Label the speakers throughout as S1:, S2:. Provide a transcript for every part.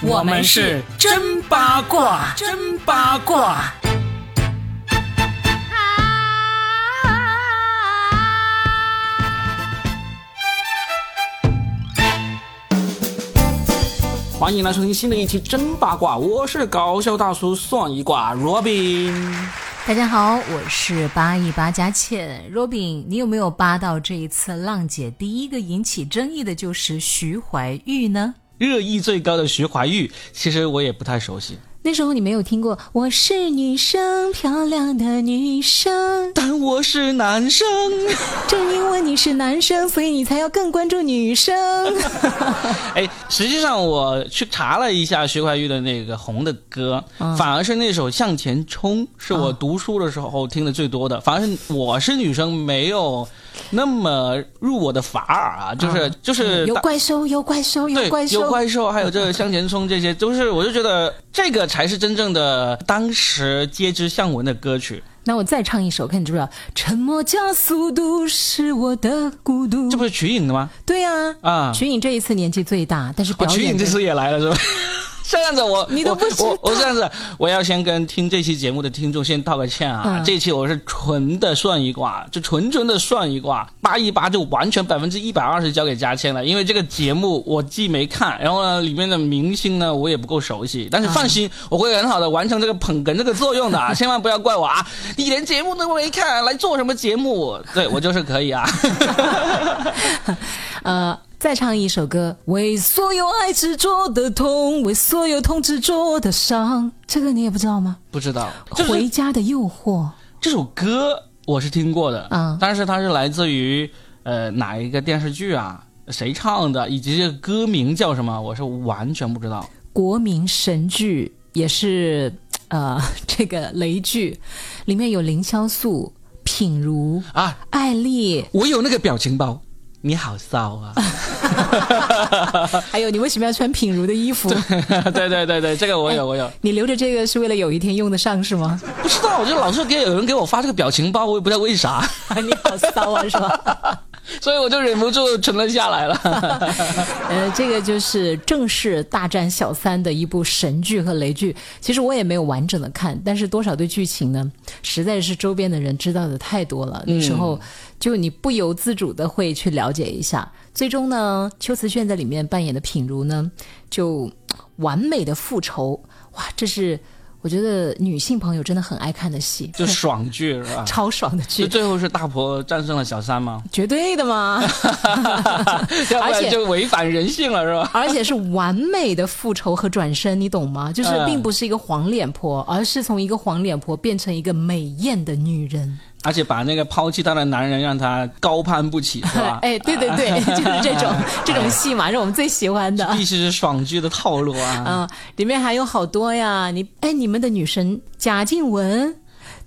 S1: 我们是真八卦，真八卦。欢迎来收听新的一期《真八卦》，我是搞笑大叔算一卦 Robin。
S2: 大家好，我是八一八佳倩 Robin。你有没有扒到这一次浪姐第一个引起争议的就是徐怀钰呢？
S1: 热议最高的徐怀钰，其实我也不太熟悉，
S2: 那时候你没有听过“我是女生，漂亮的女生
S1: 但我是男生。”，
S2: 正因为你是男生，所以你才要更关注女生。
S1: 哎，实际上我去查了一下徐怀钰的那个红的歌，反而是那首《向前冲》是我读书的时候听的最多的，反而是我是女生没有那么入我的法耳啊，就是、就是
S2: 嗯有
S1: 大。
S2: 怪兽，有怪兽，
S1: 对，
S2: 有怪
S1: 有
S2: 兽。
S1: 怪兽，还有这个向前冲，这些都是我就觉得这个才是真正的当时皆知向闻的歌曲。
S2: 那我再唱一首，看你知不知道？沉默加速度是我的孤独
S1: 这。不是瞿颖的吗？
S2: 对呀、
S1: 啊
S2: 瞿颖这一次年纪最大，但是
S1: 哦，
S2: 表
S1: 瞿
S2: 演
S1: 颖这
S2: 的
S1: 次也来了是 吧？这样子我
S2: 你都
S1: 我
S2: 不知
S1: 我我
S2: 道
S1: 这样子，我要先跟听这期节目的听众先道个歉啊！
S2: 嗯
S1: 这期我是纯的算一卦，就纯纯的算一卦，八一八就完全百分之一百二十交给佳倩了，因为这个节目我既没看，然后呢里面的明星呢我也不够熟悉，但是放
S2: 嗯
S1: 心，我会很好的完成这个捧哏这个作用的 啊，千万不要怪我啊！你连节目都没看，来做什么节目？对我就是可以啊！
S2: 呃，再唱一首歌，为所有爱执着的痛，为所有痛执着的伤，这个你也不知道吗？
S1: 不知道，就是
S2: 回家的诱惑，
S1: 这首歌我是听过的，
S2: 嗯
S1: 但是它是来自于呃哪一个电视剧啊？谁唱的？以及这个歌名叫什么？我是完全不知道。
S2: 国民神剧也是呃这个雷剧，里面有凌潇肃、品如、
S1: 啊，
S2: 艾丽，
S1: 我有那个表情包。你好骚啊！
S2: 还有你为什么要穿品如的衣服？
S1: 对对对对，这个我有我有。
S2: 你留着这个是为了有一天用得上是吗？
S1: 不知道，我就老是给有人给我发这个表情包，我也不知道为啥，
S2: 你好骚啊，是吧？
S1: 所以我就忍不住存了下来了。
S2: 呃，这个就是正式大战小三的一部神剧和雷剧。其实我也没有完整的看，但是多少对剧情呢，实在是周边的人知道的太多了，那时候就你不由自主的会去了解一下。最终呢，邱慈炫在里面扮演的品如呢，就完美的复仇，哇，这是我觉得女性朋友真的很爱看的戏，
S1: 就爽剧是吧？
S2: 超爽的
S1: 就
S2: 剧，
S1: 最后是大婆战胜了小 三吗？
S2: 绝对的嘛。
S1: 要不
S2: 而且
S1: 然就违反人性了是吧？
S2: 而且是完美的复仇和转身，你懂吗？就是
S1: 嗯
S2: 并不是一个黄脸婆，而是从一个黄脸婆变成一个美艳的女人。？
S1: 而且把那个抛弃她的男人让她高攀不起是吧
S2: 哎，对对对， 就是这种这种戏嘛，是我们最喜欢的。
S1: 必须是爽剧的套路啊！
S2: 啊、里面还有好多呀！你哎，你们的女神贾静雯，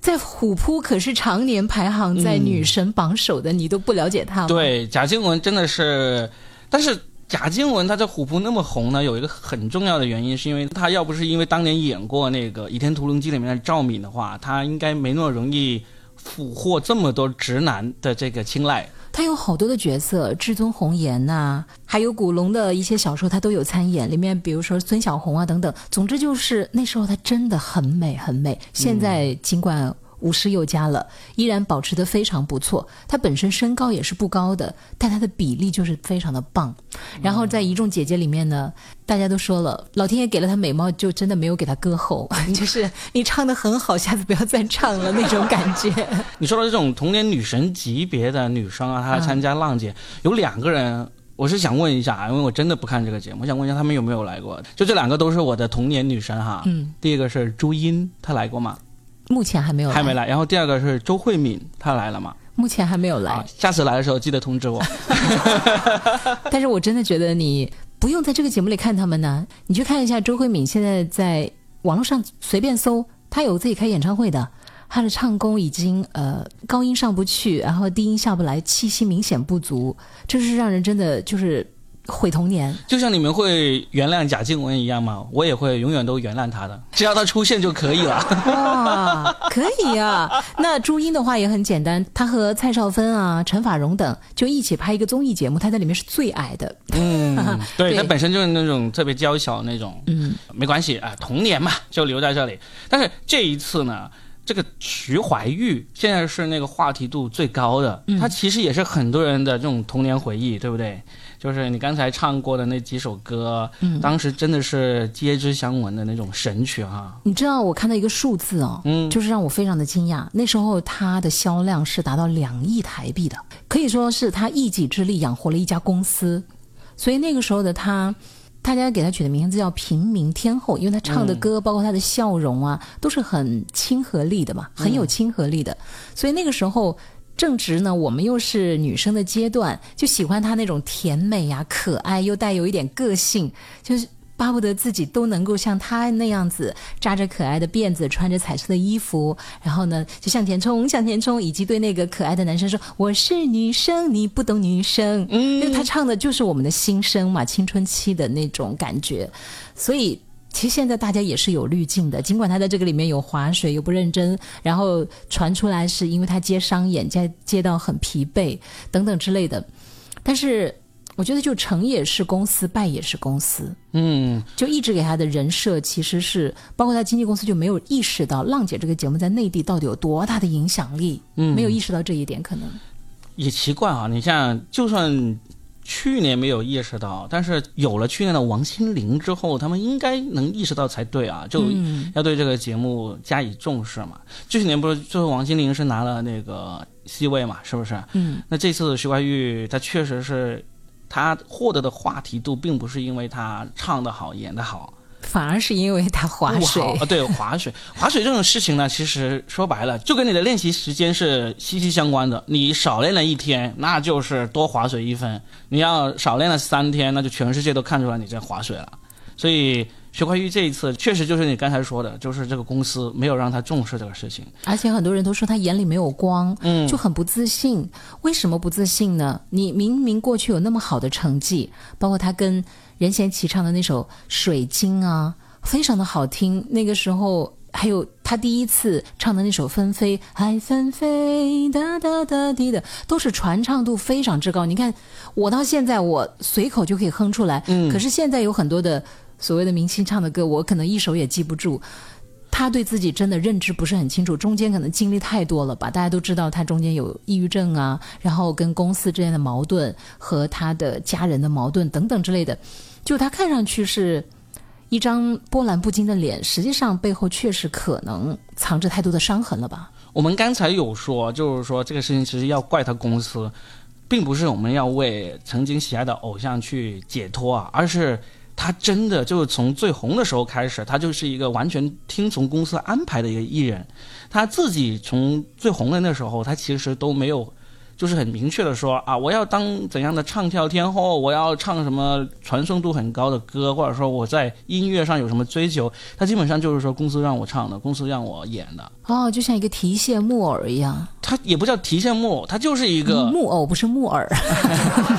S2: 在虎扑可是常年排行在女神榜首的，你都不了解她吗？，
S1: 嗯对，贾静雯真的是，但是贾静雯她在虎扑那么红呢，有一个很重要的原因，是因为她要不是因为当年演过那个《倚天屠龙记》里面的赵敏的话，她应该没那么容易俘获这么多直男的这个青睐。
S2: 她有好多的角色，至尊红颜呐、还有古龙的一些小说，她都有参演。里面比如说孙小红啊等等。总之就是那时候她真的很美很美。现在尽管五十有加了，依然保持得非常不错。她本身身高也是不高的，但她的比例就是非常的棒。然后在《一众姐姐》里面呢，大家都说了，老天爷给了她美貌，就真的没有给她歌喉， 就是你唱得很好，下次不要再唱了那种感觉。
S1: 你说到这种童年女神级别的女生啊，她来参加浪姐，有两个人。我是想问一下，因为我真的不看这个节目，我想问一下他们有没有来过？就这两个都是我的童年女神哈。
S2: 嗯，
S1: 第一个是朱茵，她来过吗？
S2: 目前还没有来，
S1: 还没来。然后第二个是周慧敏，她来了吗？
S2: 目前还没有来。
S1: 啊，下次来的时候记得通知我。
S2: 但是我真的觉得你不用在这个节目里看他们呢，你去看一下周慧敏现在在网络上随便搜，她有自己开演唱会的。她的唱功已经呃高音上不去，然后低音下不来，气息明显不足，这是让人真的就是毁童年。
S1: 就像你们会原谅贾静雯一样嘛，我也会永远都原谅她的，只要她出现就可以了。
S2: 哇，可以啊！那朱茵的话也很简单，她和蔡少芬啊、陈法蓉等就一起拍一个综艺节目，她在里面是最矮的。
S1: 嗯，对，
S2: 对
S1: 她本身就是那种特别娇小那种，
S2: 嗯，
S1: 没关系啊，童年嘛，就留在这里。但是这一次呢，这个徐怀钰现在是那个话题度最高的，
S2: 嗯
S1: 她其实也是很多人的这种童年回忆，对不对？就是你刚才唱过的那几首歌，
S2: 嗯
S1: 当时真的是皆知相闻的那种神曲哈、
S2: 你知道我看到一个数字哦，
S1: 嗯
S2: 就是让我非常的惊讶。那时候它的销量是达到两亿台币的，可以说是他一己之力养活了一家公司。所以那个时候的他，大家给他取的名字叫“平民天后”，因为他唱的歌，包括他的笑容啊，都是很亲和力的嘛，很有亲和力的。所以那个时候。正值呢，我们又是女生的阶段，就喜欢她那种甜美呀、可爱又带有一点个性，就是巴不得自己都能够像她那样子，扎着可爱的辫子，穿着彩色的衣服，然后呢就向前冲，向前冲，以及对那个可爱的男生说：“我是女生，你不懂女生。”嗯，因为她唱的就是我们的心声嘛，青春期的那种感觉，所以。其实现在大家也是有滤镜的，尽管他在这个里面有划水，有不认真，然后传出来是因为他接商演，接接到很疲惫等等之类的。但是我觉得，就成也是公司，败也是公司，
S1: 嗯，
S2: 就一直给他的人设其实是，包括他经纪公司就没有意识到《浪姐》这个节目在内地到底有多大的影响力，嗯，没有意识到这一点，可能
S1: 也奇怪啊。你像，就算去年没有意识到，但是有了去年的王心凌之后，他们应该能意识到才对啊，就
S2: 嗯
S1: 要对这个节目加以重视嘛。这些年不是最后王心凌是拿了那个 C 位嘛，是不是？
S2: 嗯。
S1: 那这次徐怀钰，她确实是。她获得的话题度，并不是因为她唱得好、演得好，
S2: 反而是因为他划
S1: 不
S2: 水
S1: 好啊，对，划水，划水这种事情呢，其实说白了，就跟你的练习时间是息息相关的。你少练了一天，那就是多划水一分；你要少练了三天，那就全世界都看出来你在划水了。所以徐怀钰这一次确实就是你刚才说的，就是这个公司没有让他重视这个事情。
S2: 而且很多人都说他眼里没有光，嗯，就很不自信。为什么不自信呢？你明明过去有那么好的成绩，包括他跟任贤齐唱的那首《水晶》啊，非常的好听。那个时候还有他第一次唱的那首《纷飞》，爱纷飞，哒哒哒滴的，都是传唱度非常之高。你看，我到现在我随口就可以哼出来，嗯，可是现在有很多的所谓的明星唱的歌，我可能一首也记不住。他对自己真的认知不是很清楚，中间可能经历太多了吧。大家都知道他中间有抑郁症啊，然后跟公司之间的矛盾和他的家人的矛盾等等之类的。就他看上去是一张波澜不惊的脸，实际上背后确实可能藏着太多的伤痕了吧。
S1: 我们刚才有说，就是说这个事情其实要怪他公司，并不是我们要为曾经喜爱的偶像去解脱啊，而是他真的就是从最红的时候开始，他就是一个完全听从公司安排的一个艺人，他自己从最红的那时候，他其实都没有。就是很明确的说啊，我要当怎样的唱跳天后，我要唱什么传颂度很高的歌，或者说我在音乐上有什么追求，他基本上就是说公司让我唱的，公司让我演的，
S2: 哦，就像一个提线木偶一样，
S1: 它也不叫提线木偶，它就是一个，
S2: 木偶不是木耳，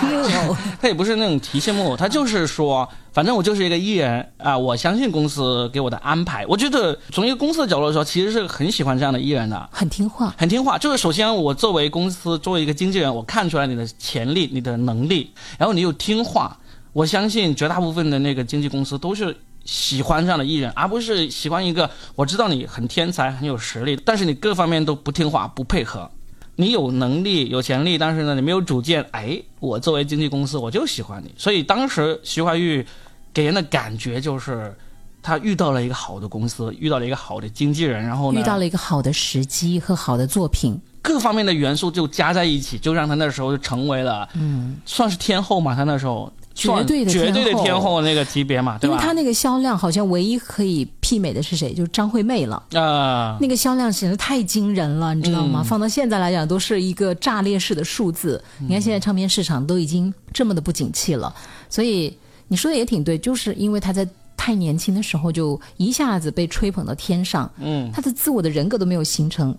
S2: 木偶。
S1: 它也不是那种提线木偶，它就是说，反正我就是一个艺人啊、我相信公司给我的安排。我觉得从一个公司的角度来说，其实是很喜欢这样的艺人的，
S2: 很听话，
S1: 很听话。就是首先，我作为公司作为一个经纪人，我看出来你的潜力、你的能力，然后你又听话。我相信绝大部分的那个经纪公司都是喜欢这样的艺人，而不是喜欢一个我知道你很天才、很有实力，但是你各方面都不听话、不配合。你有能力、有潜力，但是呢，你没有主见。哎，我作为经纪公司，我就喜欢你。所以当时徐怀钰给人的感觉就是，他遇到了一个好的公司，遇到了一个好的经纪人，然后呢，
S2: 遇到了一个好的时机和好的作品，
S1: 各方面的元素就加在一起，就让他那时候就成为了，嗯，算是天后嘛，他那时候
S2: 绝
S1: 算
S2: 对的
S1: 绝
S2: 天
S1: 对的
S2: 后
S1: 天后那个级别嘛，对
S2: 因为
S1: 吧？
S2: 他那个销量好像唯一可以媲美的是谁，就是张惠妹了。
S1: 啊、
S2: 那个销量简直太惊人了，你知道
S1: 嗯
S2: 吗？放到现在来讲，都是一个炸裂式的数字。
S1: 嗯
S2: 你看现在唱片市场都已经这么的不景气了，所以你说的也挺对，就是因为他在太年轻的时候就一下子被吹捧到天上，
S1: 嗯，
S2: 他的自我的人格都没有形成。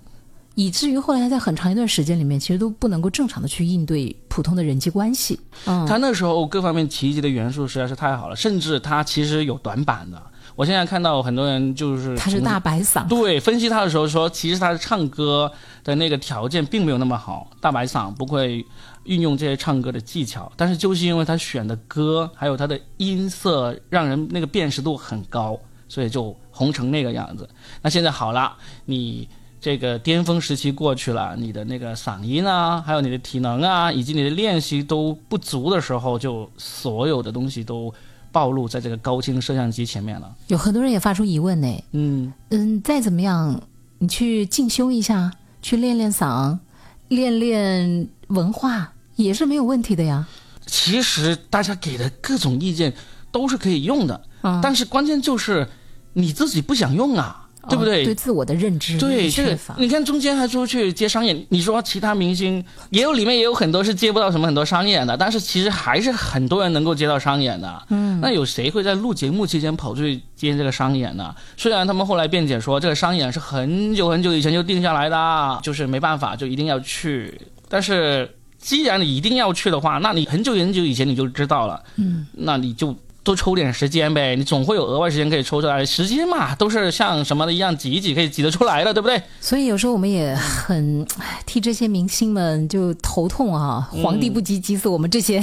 S2: 以至于后来他在很长一段时间里面，其实都不能够正常的去应对普通的人际关系。嗯，
S1: 他那时候各方面提及的元素实在是太好了，甚至他其实有短板的。我现在看到很多人就是
S2: 他是
S1: 从
S2: 大白嗓，
S1: 对，分析他的时候说，其实他的唱歌的那个条件并没有那么好，大白嗓不会运用这些唱歌的技巧，但是就是因为他选的歌还有他的音色，让人那个辨识度很高，所以就红成那个样子。那现在好了，你。这个巅峰时期过去了，你的那个嗓音啊，还有你的体能啊，以及你的练习都不足的时候，就所有的东西都暴露在这个高清摄像机前面了。
S2: 有很多人也发出疑问呢。
S1: 嗯，
S2: 嗯，再怎么样，你去进修一下，去练练嗓，练练文化也是没有问题的呀。
S1: 其实大家给的各种意见都是可以用的，
S2: 啊、
S1: 但是关键就是你自己不想用啊，对不
S2: 哦
S1: 对？
S2: 对自我的认知
S1: 对这
S2: 缺
S1: 个
S2: 乏，。
S1: 你看中间还出去接商演，你说其他明星也有，里面也有很多是接不到什么很多商演的，但是其实还是很多人能够接到商演的。嗯，那有谁会在录节目期间跑出去接这个商演呢？虽然他们后来辩解说这个商演是很久很久以前就定下来的，就是没办法就一定要去，但是既然你一定要去的话，那你很久很久以前你就知道了，嗯，那你就多抽点时间呗，你总会有额外时间可以抽出来。时间嘛，都是像什么的一样挤一挤可以挤得出来的，对不对？
S2: 所以有时候我们也很唉替这些明星们就头痛啊！皇
S1: 嗯
S2: 帝不急，急死我们这些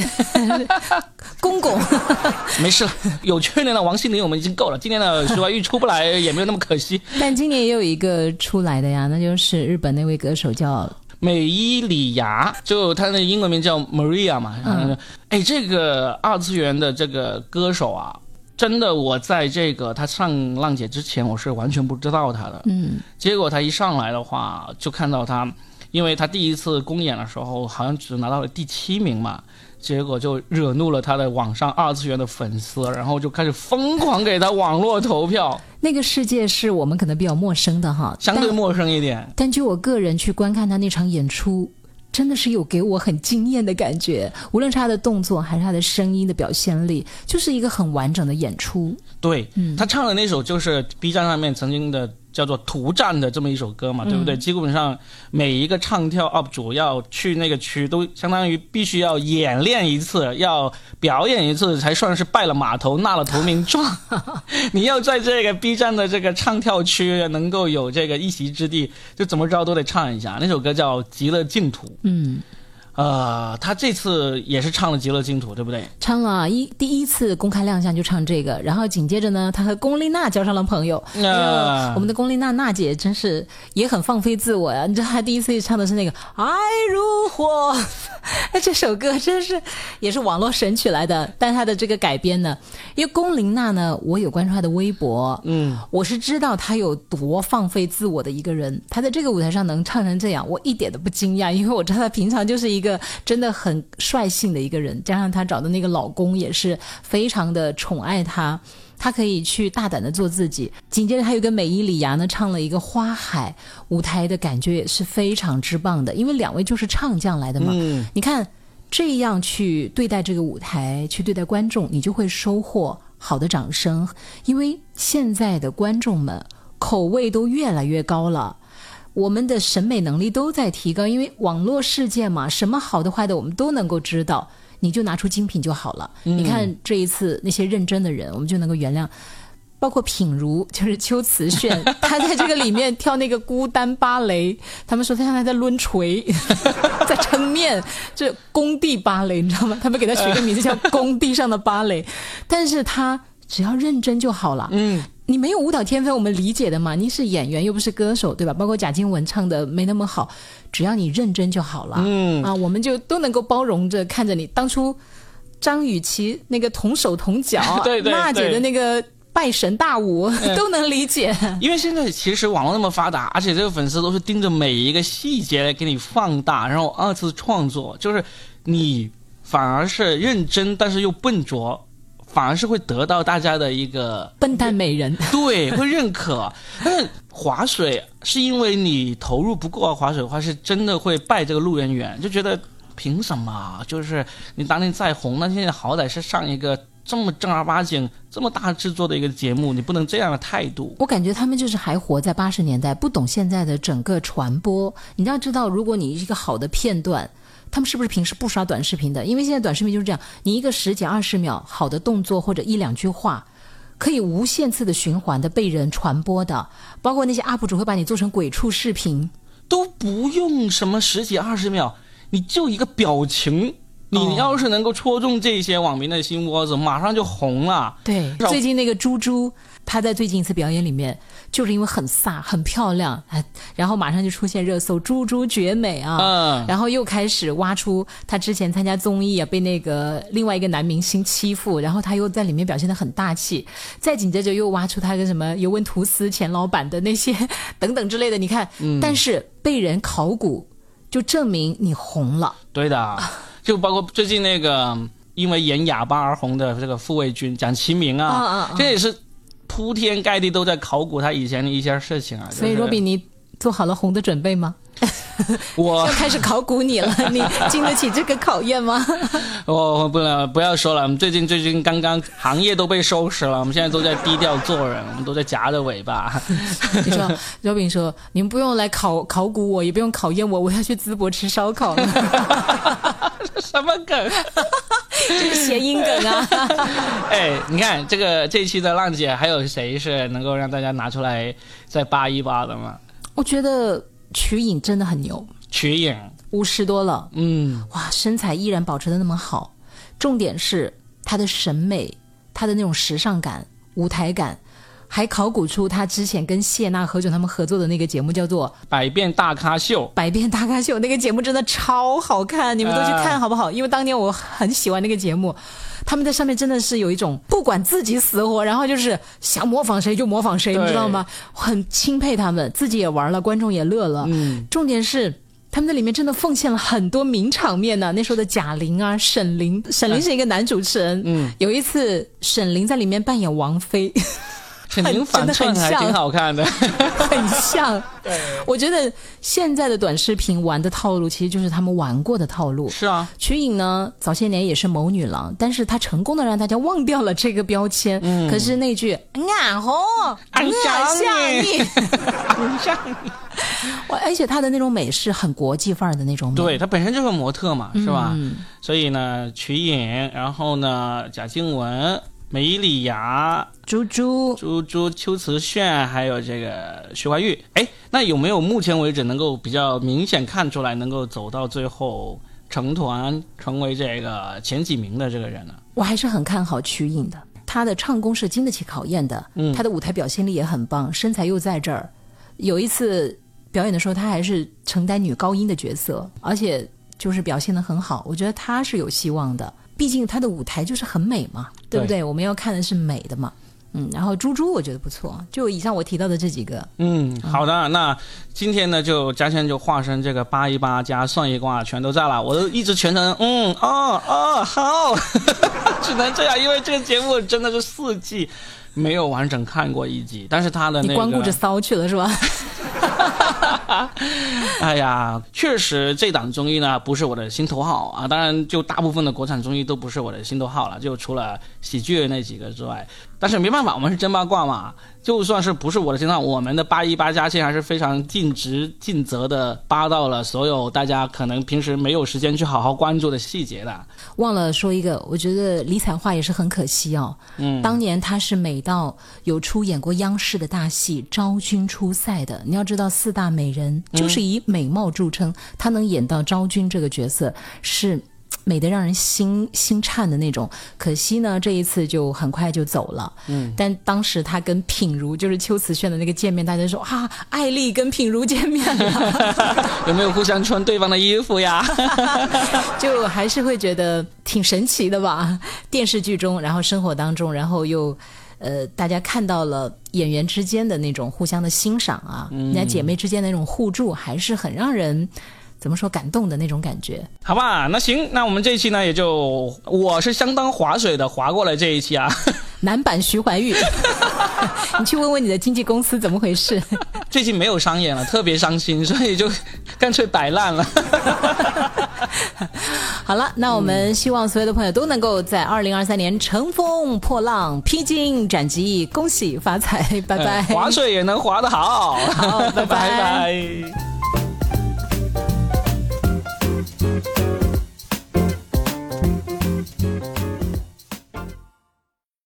S2: 公公。
S1: 没事了，有去年的王心凌我们已经够了，今年的徐怀钰出不来也没有那么可惜。
S2: 但今年也有一个出来的呀，那就是日本那位歌手叫
S1: 美伊里芽，就她的英文名叫 Maria 嘛，嗯，哎，这个二次元的这个歌手啊，真的我在这个她上浪姐之前，我是完全不知道她的，
S2: 嗯，
S1: 结果她一上来的话，就看到她，因为她第一次公演的时候好像只拿到了第七名嘛。结果就惹怒了她的网上二次元的粉丝，然后就开始疯狂给她网络投票，
S2: 那个世界是我们可能比较陌生的哈，
S1: 相对
S2: 但
S1: 陌生一点。
S2: 但据我个人去观看他那场演出，真的是有给我很惊艳的感觉。无论是他的动作，还是他的声音的表现力，就是一个很完整的演出。
S1: 对，
S2: 嗯
S1: 他唱的那首就是 B 站上面曾经的叫做“图战”的这么一首歌
S2: 嗯
S1: 嘛，对不对？基本上每一个唱跳 UP 主要去那个区，都相当于必须要演练一次，要表演一次，才算是拜了码头，纳了投 名状。你要在这个 B 站的这个唱跳区能够有这个一席之地，就怎么着都得唱一下。那首歌叫《极乐净土》，
S2: 嗯，
S1: 呃，他这次也是唱了《极乐净土》，对不对？
S2: 唱了一第一次公开亮相就唱这个，然后紧接着呢，他和龚丽娜交上了朋友。
S1: 那、，
S2: 哎呦我们的龚丽娜娜姐真是也很放飞自我呀、你知道她第一次唱的是那个《爱如火》， 哎，这首歌真是也是网络神曲来的，但她的这个改编呢，因为龚琳娜呢，我有关注她的微博，嗯，我是知道她有多放飞自我的一个人，她在这个舞台上能唱成这样，我一点都不惊讶，因为我知道她平常就是一个真的很率性的一个人，加上她找的那个老公也是非常的宠爱她。她可以去大胆的做自己。紧接着，还有一个美伊里芽呢，唱了一个《花海》，舞台的感觉也是非常之棒的，因为两位就是唱将来的嘛。你看这样去对待这个舞台，去对待观众，你就会收获好的掌声，因为现在的观众们口味都越来越高了。我们的审美能力都在提高，因为网络世界嘛，什么好的坏的我们都能够知道，你就拿出精品就好了。你看这一次那些认真的人，我们就能够原谅。包括品如，就是秋瓷炫，她在这个里面跳那个孤单芭蕾，他们说她像她在抡锤， 在撑面，这工地芭蕾，你知道吗？他们给她取个名字叫“工地上的芭蕾”，但是她只要认真就好了。嗯，你没有舞蹈天分，我们理解的嘛。你是演员又不是歌手，对吧？包括贾静雯唱的没那么好，只要你认真就好了。嗯啊，我们就都能够包容着看着你。当初张雨绮那个同手同脚
S1: 对嗯对
S2: 娜姐
S1: 对
S2: 的那个拜神大舞 都能理解。
S1: 因为现在其实网络那么发达，而且这个粉丝都是盯着每一个细节来给你放大，然后二次创作，就是你反而是认真，但是又笨拙，反而是会得到大家的一个
S2: 笨蛋美人，
S1: 对，会认可。但是划水是因为你投入不够啊，划水的话是真的会拜这个路人缘，就觉得凭什么啊？就是你当年再红，那现在好歹是上一个这么正儿八经、这么大制作的一个节目，你不能这样的态度。
S2: 我感觉他们就是还活在八十年代，不懂现在的整个传播。你要知道，如果你一个好的片段，他们是不是平时不刷短视频的？因为现在短视频就是这样，你一个十几二十秒好的动作或者一两句话。可以无限次的循环的被人传播的，包括那些 UP 主会把你做成鬼畜视频，
S1: 都不用什么十几二十秒，你就一个表情，
S2: 哦
S1: 你要是能够戳中这些网民的心窝子，马上就红了。
S2: 对，
S1: 让
S2: 最近那个猪猪，她在最近一次表演里面，就是因为很飒、很漂亮，哎，然后马上就出现热搜“猪猪绝美”啊，
S1: 嗯
S2: 然后又开始挖出她之前参加综艺啊，被那个另外一个男明星欺负，然后她又在里面表现的很大气，再紧接着又挖出她跟什么尤文图斯前老板的那些 等等之类的，你看，但是被人考古，就证明你红了。
S1: 对的，
S2: 啊
S1: 就包括最近那个因为演哑巴而红的这个傅卫军蒋奇明啊，
S2: 啊啊啊
S1: 这也是铺天盖地都在考古他以前的一些事情啊。
S2: 所以，
S1: 就是
S2: 若比哎你做好了红的准备吗？
S1: 我
S2: 要开始考古你了，你经得起这个考验吗？
S1: 我不能不要说了，我们最近最近刚刚行业都被收拾了，我们现在都在低调做人，我们都在夹着 尾巴。
S2: 你说，若饼说，你们不用来考考古我，也不用考验我，我要去淄博吃烧烤了，
S1: 什么梗？
S2: 这是谐音梗啊！
S1: 哎，你看这个这一期的浪姐，还有谁是能够让大家拿出来再扒一扒的吗？
S2: 我觉得瞿颖真的很牛，
S1: 瞿颖，
S2: 五十多了，
S1: 嗯，
S2: 哇，身材依然保持的那么好，重点是她的审美，她的那种时尚感、舞台感。还考古出她之前跟谢娜、何炅他们合作的那个节目，叫做
S1: 百变大咖秀
S2: 《百变大咖秀》那个节目真的超好看，你们都去看好不好？因为当年我很喜欢那个节目，他们在上面真的是有一种不管自己死活，然后就是想模仿谁就模仿谁，
S1: 对
S2: 你知道吗？很钦佩他们，自己也玩了，观众也乐了。嗯，重点是。他们在里面真的奉献了很多名场面呢、那时候的贾玲啊、沈凌，沈凌是一个男主持人。嗯，有一次沈凌在里面扮演王菲，
S1: 沈凌反
S2: 真的
S1: 串
S2: 很
S1: 还
S2: 像
S1: 挺好看的。
S2: 很 像。我觉得现在的短视频玩的套路，其实就是他们玩过的套路。
S1: 是啊，
S2: 瞿颖呢，早些年也是某女郎，但是她成功的让大家忘掉了这个标签。可是那句啊“俺红，俺
S1: 俺想
S2: 想
S1: 你
S2: 你”， 哇而且她的那种美是很国际范儿的那种美。
S1: 对，她本身就是个模特嘛，是吧？所以呢，瞿颖，然后呢，贾静雯。梅丽雅、
S2: 猪猪，
S1: 朱朱、秋瓷炫，还有这个徐怀钰，哎，那有没有目前为止能够比较明显看出来能够走到最后成团成为这个前几名的这个人呢、
S2: 我还是很看好瞿颖的，她的唱功是经得起考验的，
S1: 嗯
S2: 她的舞台表现力也很棒，身材又在这儿。有一次表演的时候，她还是承担女高音的角色，而且就是表现的很好，我觉得她是有希望的。毕竟她的舞台就是很美嘛，对不对？我们要看的是美的嘛。嗯，然后猪猪我觉得不错，就以上我提到的这几个，
S1: 嗯，好的，那今天呢，就嘉倩就化身这个八一八加算一卦全都在了，我都一直全程嗯哦哦好， 只能这样，因为这个节目真的是四季没有完整看过一集，但是他的那个
S2: 你光顾着骚去了是吧？
S1: 哎呀，确实这档综艺呢不是我的心头好啊。当然，就大部分的国产综艺都不是我的心头好了，就除了喜剧那几个之外。但是没办法，我们是真八卦嘛，就算是不是我的心头好，我们的八一八加线还是非常尽职尽责的扒到了所有大家可能平时没有时间去好好关注的细节的。
S2: 忘了说一个，我觉得李彩桦也是很可惜哦。嗯，当年她是美到有出演过央视的大戏《昭君出塞》的。你要知道，四大美人就是以美貌著称，她能演到昭君这个角色是。嘖美得让人心心颤的那种，可惜呢，这一次就很快就走了。嗯，但当时她跟品如，就是秋瓷炫的那个见面，大家说啊，艾丽跟品如见面了。
S1: 有没有互相穿对方的衣服呀？
S2: 就还是会觉得挺神奇的吧。 电视剧中，然后生活当中，然后又，呃，大家看到了演员之间的那种互相的欣赏啊，人家姐妹之间的那种互助，还是很让人怎么说感动的那种感觉。
S1: 好吧，那行，那我们这一期呢也就我是相当划水的划过了这一期啊。
S2: 男版徐怀钰， 你去问问你的经纪公司怎么回事。
S1: 最近没有商演了，特别伤心，所以就干脆摆烂了。
S2: 好了，那我们希望所有的朋友都能够在二零二三年乘风破浪、披荆斩
S1: 哎
S2: 棘，恭喜发财，拜拜。
S1: 划水也能划得好，
S2: 好拜拜
S1: 拜拜